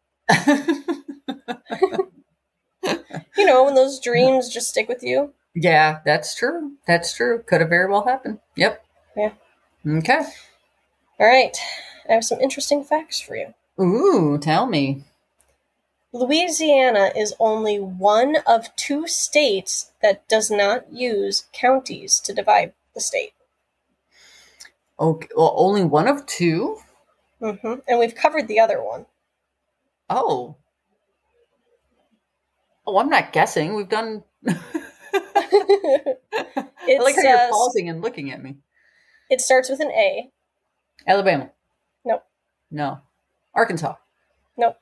Speaker 2: You know, when those dreams just stick with you.
Speaker 1: yeah, that's true. That's true. Could have very well happened. Yep.
Speaker 2: Yeah.
Speaker 1: Okay.
Speaker 2: All right. I have some interesting facts for you.
Speaker 1: Ooh, tell me.
Speaker 2: Louisiana is only one of two states that does not use counties to divide the state.
Speaker 1: Okay, well, only one of two. Mm-hmm.
Speaker 2: hmm And we've covered the other one.
Speaker 1: Oh. Oh, I'm not guessing. We've done.
Speaker 2: it
Speaker 1: I like how you're
Speaker 2: says-
Speaker 1: pausing and looking at me.
Speaker 2: starts with an A.
Speaker 1: Alabama.
Speaker 2: Nope.
Speaker 1: No. Arkansas.
Speaker 2: Nope.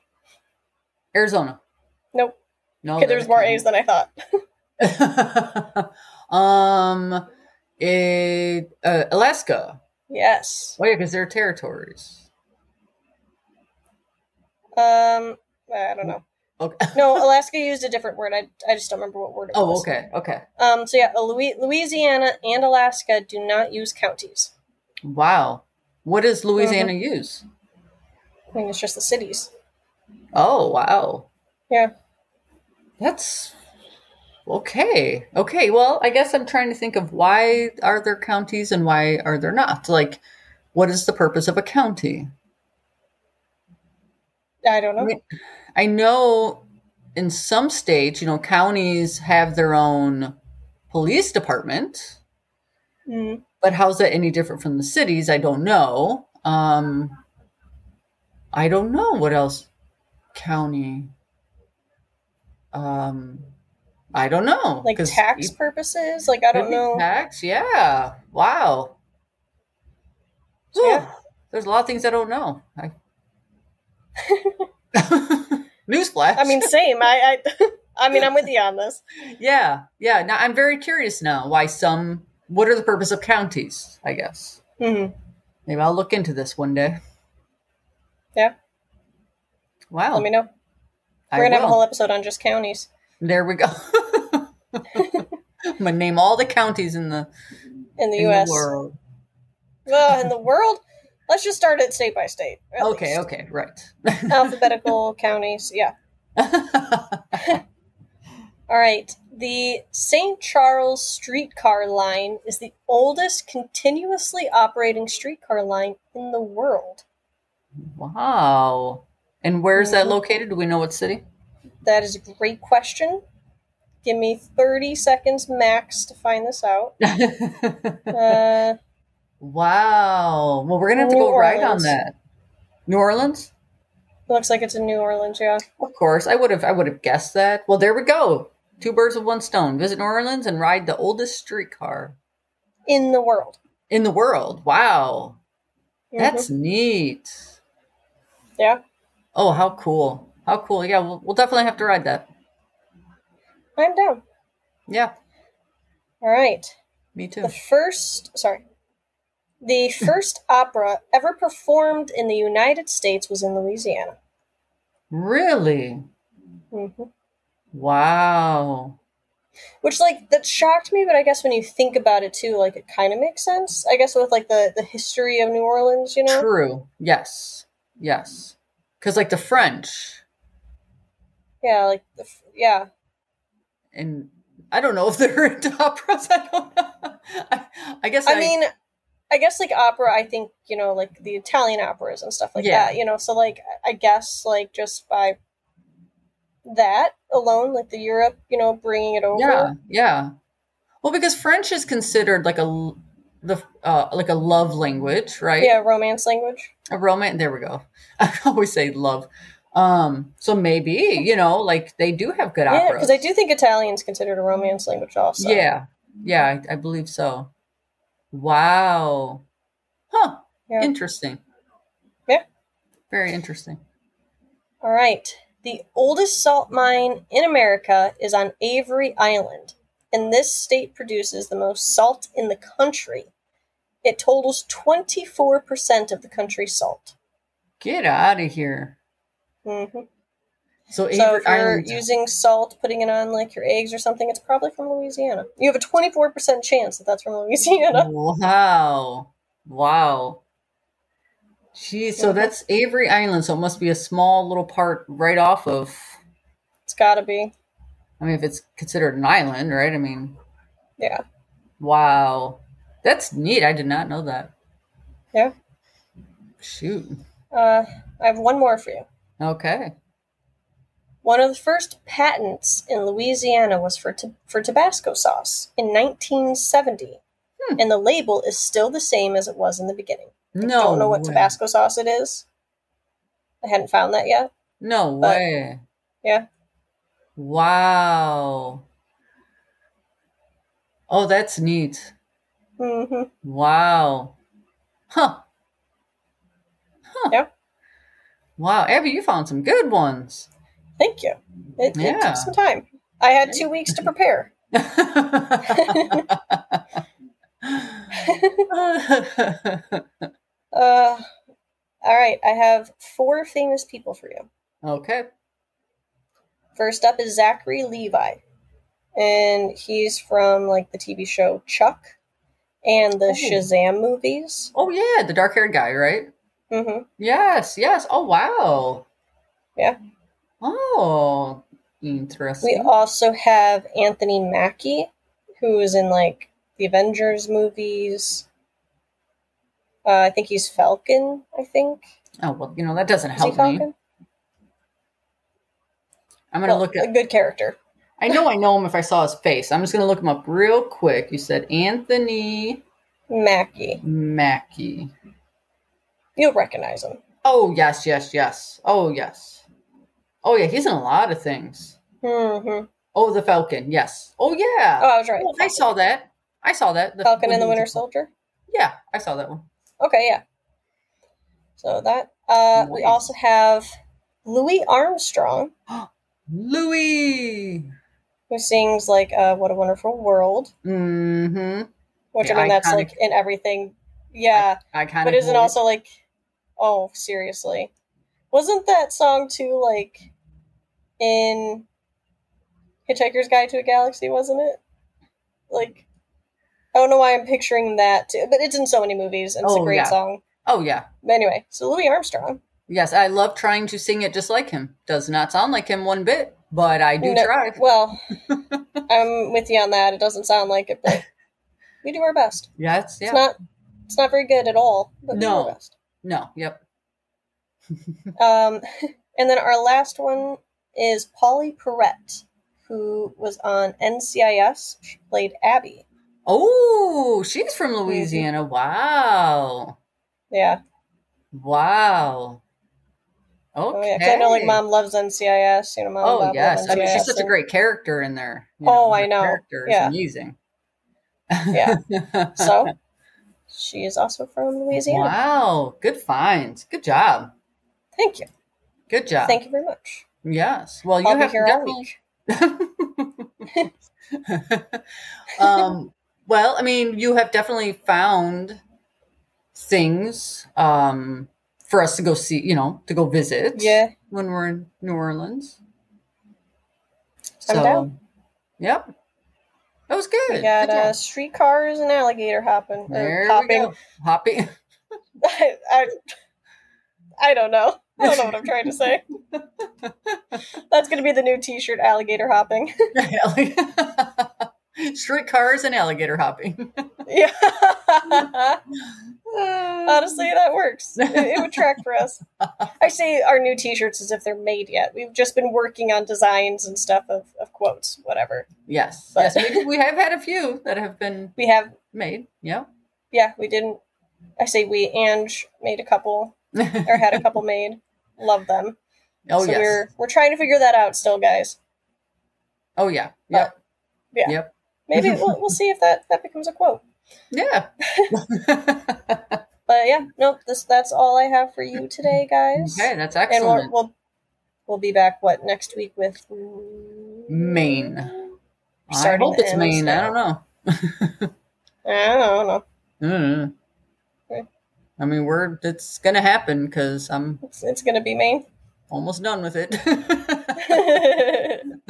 Speaker 1: Arizona.
Speaker 2: Nope.
Speaker 1: No.
Speaker 2: Okay, there's more A's than I thought.
Speaker 1: than. um, it, uh, Alaska.
Speaker 2: Yes.
Speaker 1: Oh yeah, because they're territories.
Speaker 2: Um, I don't know.
Speaker 1: Okay.
Speaker 2: No, Alaska used a different word. I, I just don't remember what word it
Speaker 1: Oh,
Speaker 2: was.
Speaker 1: okay. Okay.
Speaker 2: Um, so yeah, Louis- Louisiana and Alaska do not use counties.
Speaker 1: Wow. What does Louisiana use?
Speaker 2: I think it's just the cities.
Speaker 1: Oh, wow.
Speaker 2: Yeah.
Speaker 1: That's okay. Okay. Well, I guess I'm trying to think of why are there counties and why are there not? Like, what is the purpose of a county?
Speaker 2: I don't know.
Speaker 1: Right. I know in some states, you know, counties have their own police department,
Speaker 2: Mm.
Speaker 1: but how's that any different from the cities? I don't know. Um, I don't know what else county. Um, I don't know.
Speaker 2: Like
Speaker 1: 'cause
Speaker 2: tax
Speaker 1: each-
Speaker 2: purposes? Like, I
Speaker 1: Could
Speaker 2: don't
Speaker 1: be
Speaker 2: know.
Speaker 1: Tax, yeah. Wow. Whew.
Speaker 2: Yeah.
Speaker 1: There's a lot of things I don't know. I... Newsflash.
Speaker 2: I mean, same. I, I, I mean, I'm with you on this.
Speaker 1: yeah, yeah. Now I'm very curious now why some. What are the purpose of counties? I guess
Speaker 2: hmm
Speaker 1: maybe I'll look into this one day.
Speaker 2: Yeah.
Speaker 1: Wow.
Speaker 2: Let me know.
Speaker 1: Oh, I
Speaker 2: We're gonna have a
Speaker 1: will.
Speaker 2: whole episode on just counties.
Speaker 1: There we go. I'm gonna name all the counties in the
Speaker 2: in the
Speaker 1: in
Speaker 2: U.S.
Speaker 1: the world.
Speaker 2: Well, in the world, let's just start it state by state. at
Speaker 1: Okay,
Speaker 2: least.
Speaker 1: okay, right.
Speaker 2: Alphabetical counties. Yeah. All right. The St. Charles streetcar line is the oldest continuously operating streetcar line in the world.
Speaker 1: Wow. And where is that
Speaker 2: Mhm.
Speaker 1: located? Do we know what city?
Speaker 2: That is a great question. Give me 30 seconds max to find this out. Uh,
Speaker 1: wow. Well, we're going to have to
Speaker 2: New
Speaker 1: go right on
Speaker 2: Orleans.
Speaker 1: that. New Orleans?
Speaker 2: looks like it's in New Orleans, yeah.
Speaker 1: Of course. I would have I would have guessed that. Well, there we go. Two birds with one stone. Visit New Orleans and ride the oldest streetcar
Speaker 2: In the world.
Speaker 1: in the world. Wow.
Speaker 2: Mhm.
Speaker 1: That's neat.
Speaker 2: Yeah.
Speaker 1: Oh, how cool. How cool. Yeah, we'll, we'll definitely have to ride that.
Speaker 2: I'm down.
Speaker 1: Yeah,
Speaker 2: All right.
Speaker 1: me too.
Speaker 2: The first, sorry, the first opera ever performed in the United States was in Louisiana.
Speaker 1: Really?
Speaker 2: hmm
Speaker 1: Wow.
Speaker 2: Which, like, that shocked me, but I guess when you think about it too, like, it kind of makes sense. I guess with, like, the, the history of New Orleans, you know?
Speaker 1: True. Yes. Yes. Because like the French,
Speaker 2: Yeah, like, the, f- yeah.
Speaker 1: and I don't know if they're into operas. I don't know. I, I guess I,
Speaker 2: I mean, I guess, like, opera, I think, you know, like, the Italian operas and stuff like
Speaker 1: Yeah.
Speaker 2: that, you know? So, like, I guess, like, just by that alone, like, the Europe, you know, bringing it over.
Speaker 1: yeah, yeah. Well, because French is considered like a l- the uh, like a love language, right?
Speaker 2: Yeah, romance language.
Speaker 1: A romance. There we go. I always say love. Um. So maybe you know, like they do have good
Speaker 2: Yeah,
Speaker 1: operas.
Speaker 2: because I do think Italian's considered a romance language also.
Speaker 1: Yeah. Yeah. I, I believe so. Wow. Huh.
Speaker 2: Yeah.
Speaker 1: Interesting.
Speaker 2: Yeah.
Speaker 1: Very interesting.
Speaker 2: All right. The oldest salt mine in America is on Avery Island, and this state produces the most salt in the country. It totals 24% of the country's salt.
Speaker 1: Get out of here.
Speaker 2: hmm
Speaker 1: So, Avery
Speaker 2: So if you're
Speaker 1: Island.
Speaker 2: using salt, putting it on like your eggs or something, it's probably from Louisiana. You have a 24% chance that that's from
Speaker 1: Mm.
Speaker 2: Louisiana.
Speaker 1: wow. Wow. Geez, so
Speaker 2: Mhm.
Speaker 1: that's Avery Island. So it must be a small little part right off of.
Speaker 2: It's gotta be.
Speaker 1: I mean, if it's considered an island, right? I mean,
Speaker 2: Yeah.
Speaker 1: wow. That's neat. I did not know that.
Speaker 2: Yeah.
Speaker 1: Shoot.
Speaker 2: Uh, I have one more for you.
Speaker 1: Okay.
Speaker 2: One of the first patents in Louisiana was for, t- for Tabasco sauce in 1970,
Speaker 1: Hmm.
Speaker 2: and the label is still the same as it was in the beginning.
Speaker 1: No.
Speaker 2: Don't know what
Speaker 1: way.
Speaker 2: Tabasco sauce it is. I hadn't found that yet.
Speaker 1: No
Speaker 2: but-
Speaker 1: way.
Speaker 2: Yeah.
Speaker 1: Wow. Oh, that's neat.
Speaker 2: hmm
Speaker 1: Wow. Huh. Huh.
Speaker 2: Yeah.
Speaker 1: Wow, Abby, you found some good ones.
Speaker 2: Thank you. It, it
Speaker 1: Yeah.
Speaker 2: took some time. I had two weeks to prepare. Uh, all right, I have four famous people for you.
Speaker 1: okay.
Speaker 2: First up is Zachary Levi, and he's from like the TV show Chuck and the
Speaker 1: Oh.
Speaker 2: Shazam movies.
Speaker 1: Oh yeah, the dark-haired guy, right?
Speaker 2: hmm
Speaker 1: Yes, yes. Oh wow.
Speaker 2: Yeah.
Speaker 1: Oh,
Speaker 2: We
Speaker 1: interesting.
Speaker 2: also have Anthony Mackie, who is in like the Avengers movies. Uh, I think he's Falcon. I think
Speaker 1: oh well, you know that doesn't
Speaker 2: is he
Speaker 1: help me.
Speaker 2: Falcon?
Speaker 1: I'm gonna
Speaker 2: Well,
Speaker 1: look at.
Speaker 2: a good character.
Speaker 1: I know I know him if I saw his face. I'm just gonna look him up real quick. You said Anthony
Speaker 2: Mackie,
Speaker 1: Mackie.
Speaker 2: you'll recognize him.
Speaker 1: Oh yes, yes, yes. Oh yes. Oh yeah, he's in a lot of things.
Speaker 2: hmm
Speaker 1: Oh, the Falcon. Yes. Oh yeah.
Speaker 2: Oh, I was right.
Speaker 1: Oh, I saw that. I saw that. The
Speaker 2: Falcon and the
Speaker 1: when he
Speaker 2: Winter
Speaker 1: was-
Speaker 2: Soldier.
Speaker 1: Yeah, I saw that one.
Speaker 2: Okay, yeah. So that uh, we
Speaker 1: Nice.
Speaker 2: also have Louis Armstrong,
Speaker 1: Louis.
Speaker 2: who sings like uh, "What a Wonderful World,"
Speaker 1: Mm-hmm.
Speaker 2: which
Speaker 1: The
Speaker 2: I mean that's
Speaker 1: iconic-
Speaker 2: like in everything. Yeah,
Speaker 1: I kind of.
Speaker 2: but isn't also like, oh seriously, wasn't that song too like in Hitchhiker's Guide to a Galaxy? Wasn't it like? I don't know why I'm picturing that, too, but it's in so many movies and it's
Speaker 1: Oh,
Speaker 2: a great
Speaker 1: yeah.
Speaker 2: song.
Speaker 1: Oh yeah.
Speaker 2: But anyway, so Louis Armstrong.
Speaker 1: Yes, I love trying to sing it just like him. Does not sound like him one bit, but I do
Speaker 2: No,
Speaker 1: try.
Speaker 2: Well, I'm with you on that. It doesn't sound like it, but we do our best.
Speaker 1: Yes. Yeah.
Speaker 2: It's not it's not very good at all, but we do
Speaker 1: No.
Speaker 2: our best.
Speaker 1: no. Yep.
Speaker 2: Um, and then our last one is Polly Perrette, who was on NCIS. She played Abby.
Speaker 1: Oh, she's from Louisiana. Wow.
Speaker 2: Yeah.
Speaker 1: Wow. Okay.
Speaker 2: Oh yeah. 'Cause I know like mom loves NCIS. You know, mom.
Speaker 1: Oh
Speaker 2: and Bob love
Speaker 1: yes, I mean she's
Speaker 2: NCIS,
Speaker 1: such a
Speaker 2: and-
Speaker 1: great character in there. You
Speaker 2: Oh, I
Speaker 1: her
Speaker 2: know.
Speaker 1: Character is
Speaker 2: Yeah.
Speaker 1: amazing.
Speaker 2: Yeah. So she is also from Louisiana.
Speaker 1: wow, good finds. Good job.
Speaker 2: Thank you.
Speaker 1: Good job.
Speaker 2: Thank you very much.
Speaker 1: Yes. Well, you
Speaker 2: I'll be
Speaker 1: have
Speaker 2: here all
Speaker 1: definitely.
Speaker 2: week.
Speaker 1: um, well, I mean, you have definitely found things um, for us to go see. You know, to go visit.
Speaker 2: Yeah.
Speaker 1: When we're in New Orleans.
Speaker 2: I'm down.
Speaker 1: Yep. That was good.
Speaker 2: We got
Speaker 1: Good job.
Speaker 2: uh, streetcars and alligator hopping
Speaker 1: There
Speaker 2: or
Speaker 1: we
Speaker 2: hopping.
Speaker 1: go. Hopping.
Speaker 2: I, I, I don't know. I don't know what I'm trying to say. That's gonna be the new T-shirt: alligator hopping.
Speaker 1: Streetcars and alligator hopping.
Speaker 2: yeah. Honestly, that works. It, it would track for us. I say our new T-shirts as if they're made yet. We've just been working on designs and stuff of, of quotes, whatever.
Speaker 1: Yes.
Speaker 2: But-
Speaker 1: Yes. We, we have had a few that have been
Speaker 2: We have,
Speaker 1: made. Yeah.
Speaker 2: yeah, we didn't. I say we. Ange made a couple or had a couple made. Love them.
Speaker 1: oh,
Speaker 2: so
Speaker 1: yes.
Speaker 2: we're we're trying to figure that out still, guys.
Speaker 1: Oh, yeah.
Speaker 2: But-
Speaker 1: Yep.
Speaker 2: yeah.
Speaker 1: Yep.
Speaker 2: Maybe we'll, we'll see if that that becomes a quote.
Speaker 1: Yeah.
Speaker 2: But yeah, nope. This that's all I have for you today, guys.
Speaker 1: okay. That's
Speaker 2: and we'll,
Speaker 1: excellent.
Speaker 2: we'll We'll be back what next week with
Speaker 1: Maine. I
Speaker 2: Starting
Speaker 1: hope
Speaker 2: the
Speaker 1: it's Maine. I
Speaker 2: Amazon.
Speaker 1: don't know.
Speaker 2: I don't know.
Speaker 1: I don't know. Hmm.
Speaker 2: Okay.
Speaker 1: I mean, we're it's gonna happen because I'm
Speaker 2: It's, it's gonna be Maine.
Speaker 1: almost done with it.
Speaker 2: Maine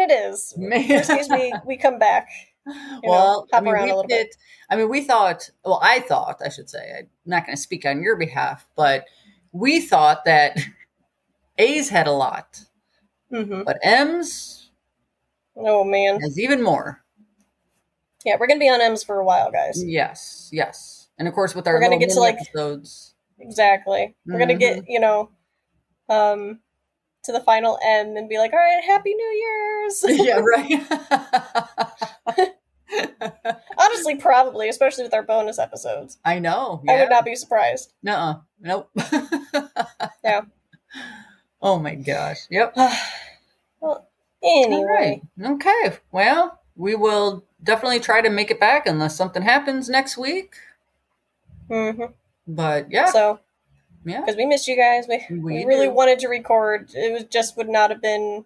Speaker 2: it is.
Speaker 1: Man.
Speaker 2: Excuse me. We come back. know,
Speaker 1: well, I
Speaker 2: hop
Speaker 1: mean,
Speaker 2: around
Speaker 1: we
Speaker 2: a little
Speaker 1: did,
Speaker 2: bit.
Speaker 1: I mean, we thought, well, I thought, I should say, I'm not going to speak on your behalf, but we thought that A's had a lot,
Speaker 2: Mm-hmm.
Speaker 1: but M's
Speaker 2: Oh man.
Speaker 1: has even more.
Speaker 2: Yeah, we're gonna be on M's for a while,
Speaker 1: Mm.
Speaker 2: guys.
Speaker 1: Yes, yes. And of course, with our
Speaker 2: We're gonna
Speaker 1: little mini
Speaker 2: get to, like-
Speaker 1: episodes,
Speaker 2: Exactly. We're gonna get
Speaker 1: Mm-hmm.
Speaker 2: you know, um, to the final M and be like, all right, Happy New Year's.
Speaker 1: yeah, right.
Speaker 2: Honestly, probably, especially with our bonus episodes.
Speaker 1: I know.
Speaker 2: I would
Speaker 1: Yeah.
Speaker 2: not be surprised.
Speaker 1: Nuh-uh. Nope.
Speaker 2: Yeah.
Speaker 1: Oh my gosh. Yep.
Speaker 2: well, anyway.
Speaker 1: All right. Okay. Well, we will definitely try to make it back unless something happens next week.
Speaker 2: hmm
Speaker 1: But yeah,
Speaker 2: So,
Speaker 1: yeah,
Speaker 2: because we missed you guys, we,
Speaker 1: We
Speaker 2: we, really
Speaker 1: do.
Speaker 2: wanted to record. It was just would not have been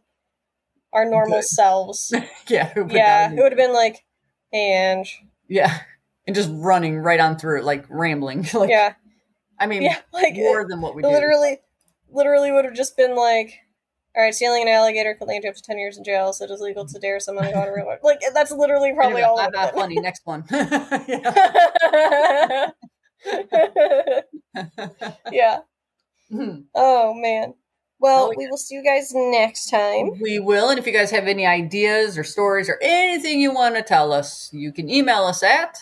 Speaker 2: our normal
Speaker 1: Good.
Speaker 2: selves.
Speaker 1: yeah, who put
Speaker 2: yeah,
Speaker 1: down-
Speaker 2: it would have been like, and
Speaker 1: yeah, and just running right on through, like rambling. like,
Speaker 2: yeah,
Speaker 1: I mean,
Speaker 2: yeah, like
Speaker 1: more than what we
Speaker 2: it
Speaker 1: do.
Speaker 2: literally, literally would have just been like. All right, stealing an alligator could land you up to ten years in jail, so it is legal to dare someone to go on a railroad. Like that's literally
Speaker 1: Anyway,
Speaker 2: probably all.
Speaker 1: ha,
Speaker 2: it
Speaker 1: ha,
Speaker 2: would've
Speaker 1: funny.
Speaker 2: been.
Speaker 1: Next one. yeah.
Speaker 2: yeah. Oh man. Well,
Speaker 1: Oh,
Speaker 2: we will see you guys next time.
Speaker 1: we will. And if you guys have any ideas or stories or anything you want to tell us, you can email us at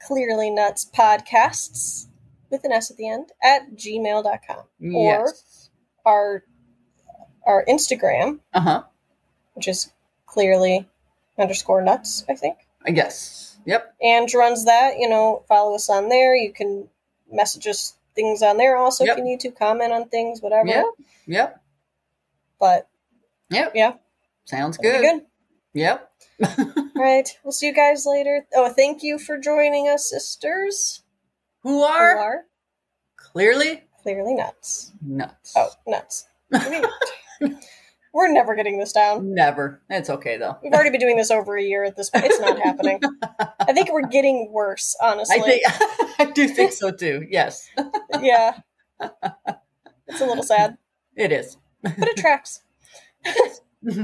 Speaker 2: Clearly Nuts Podcasts with an S at the end at gmail.com. Or-
Speaker 1: yes.
Speaker 2: Our our Instagram,
Speaker 1: Uh huh.
Speaker 2: which is clearly underscore nuts, I think.
Speaker 1: I guess. Uh, Yep.
Speaker 2: And runs that, you know, follow us on there. You can message us things on there also
Speaker 1: Yep.
Speaker 2: if you need to, comment on things, whatever.
Speaker 1: Yep. Yep.
Speaker 2: But
Speaker 1: Yep.
Speaker 2: Yeah.
Speaker 1: Sounds good.
Speaker 2: that'll be good.
Speaker 1: Yep.
Speaker 2: All right. We'll see you guys later. Oh, thank you for joining us, sisters.
Speaker 1: Who
Speaker 2: Who
Speaker 1: are
Speaker 2: are
Speaker 1: clearly
Speaker 2: clearly nuts.
Speaker 1: nuts.
Speaker 2: Oh, nuts. Wait. We're never getting this down.
Speaker 1: Never. It's okay though.
Speaker 2: We've already been doing this over a year at this point. It's not happening. I think we're getting worse, honestly.
Speaker 1: I think I do think so too. Yes,
Speaker 2: yeah. It's a little sad,
Speaker 1: it is.
Speaker 2: but it tracks. All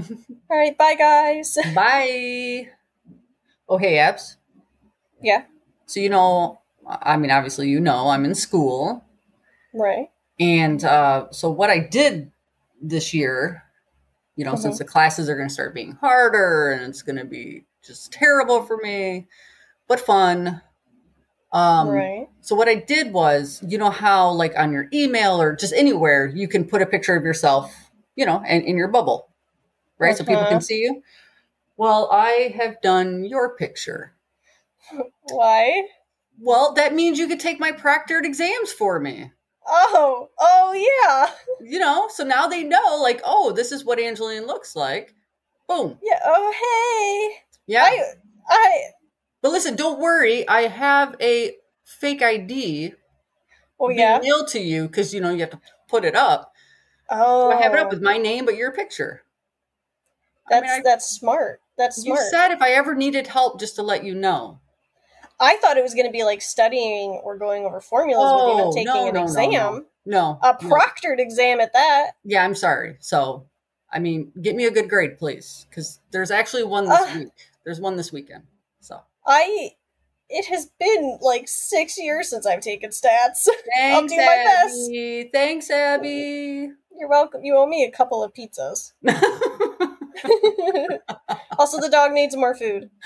Speaker 2: right. Bye, guys.
Speaker 1: Bye. Oh, hey, Abs.
Speaker 2: Yeah.
Speaker 1: So you know, I mean, obviously you know, I'm in school,
Speaker 2: Right.
Speaker 1: and uh, so what I did this year, you know,
Speaker 2: Mhm.
Speaker 1: since the classes are going to start being harder and it's going to be just terrible for me, but fun. Um,
Speaker 2: right.
Speaker 1: So what I did was, you know how like on your email or just anywhere you can put a picture of yourself, you know, and in your bubble, right? So people
Speaker 2: Uh-huh.
Speaker 1: can see you. Well, I have done your picture.
Speaker 2: Why?
Speaker 1: Well, that means you could take my proctored exams for me.
Speaker 2: Oh. Oh, yeah.
Speaker 1: You know, so now they know, like, oh, this is what Angeline looks like. Boom.
Speaker 2: Yeah. Oh, hey.
Speaker 1: Yeah.
Speaker 2: I. I.
Speaker 1: but listen, don't worry. I have a fake ID
Speaker 2: Oh,
Speaker 1: being
Speaker 2: yeah.
Speaker 1: mailed to you because you know you have to put it up.
Speaker 2: Oh,
Speaker 1: So I have it up with my name, but your picture. I
Speaker 2: that's
Speaker 1: mean, I-
Speaker 2: that's smart. That's
Speaker 1: You
Speaker 2: smart.
Speaker 1: said if I ever needed help, just to let you know.
Speaker 2: I thought it was going to be like studying or going over formulas with you
Speaker 1: Oh,
Speaker 2: and taking
Speaker 1: no,
Speaker 2: an
Speaker 1: no, no,
Speaker 2: exam,
Speaker 1: No.
Speaker 2: a
Speaker 1: no.
Speaker 2: proctored exam at that.
Speaker 1: Yeah, I'm sorry. So, I mean, get me a good grade, please, because there's actually one this
Speaker 2: Ugh.
Speaker 1: week. There's one this weekend. So,
Speaker 2: I. It has been like six years since I've taken stats.
Speaker 1: thanks,
Speaker 2: do my best.
Speaker 1: Abby. Thanks, Abby.
Speaker 2: You're welcome. You owe me a couple of pizzas. also, the dog needs more food.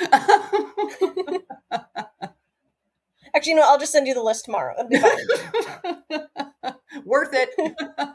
Speaker 2: Actually, no. I'll just send you the list tomorrow. It'll be fine.
Speaker 1: Worth it.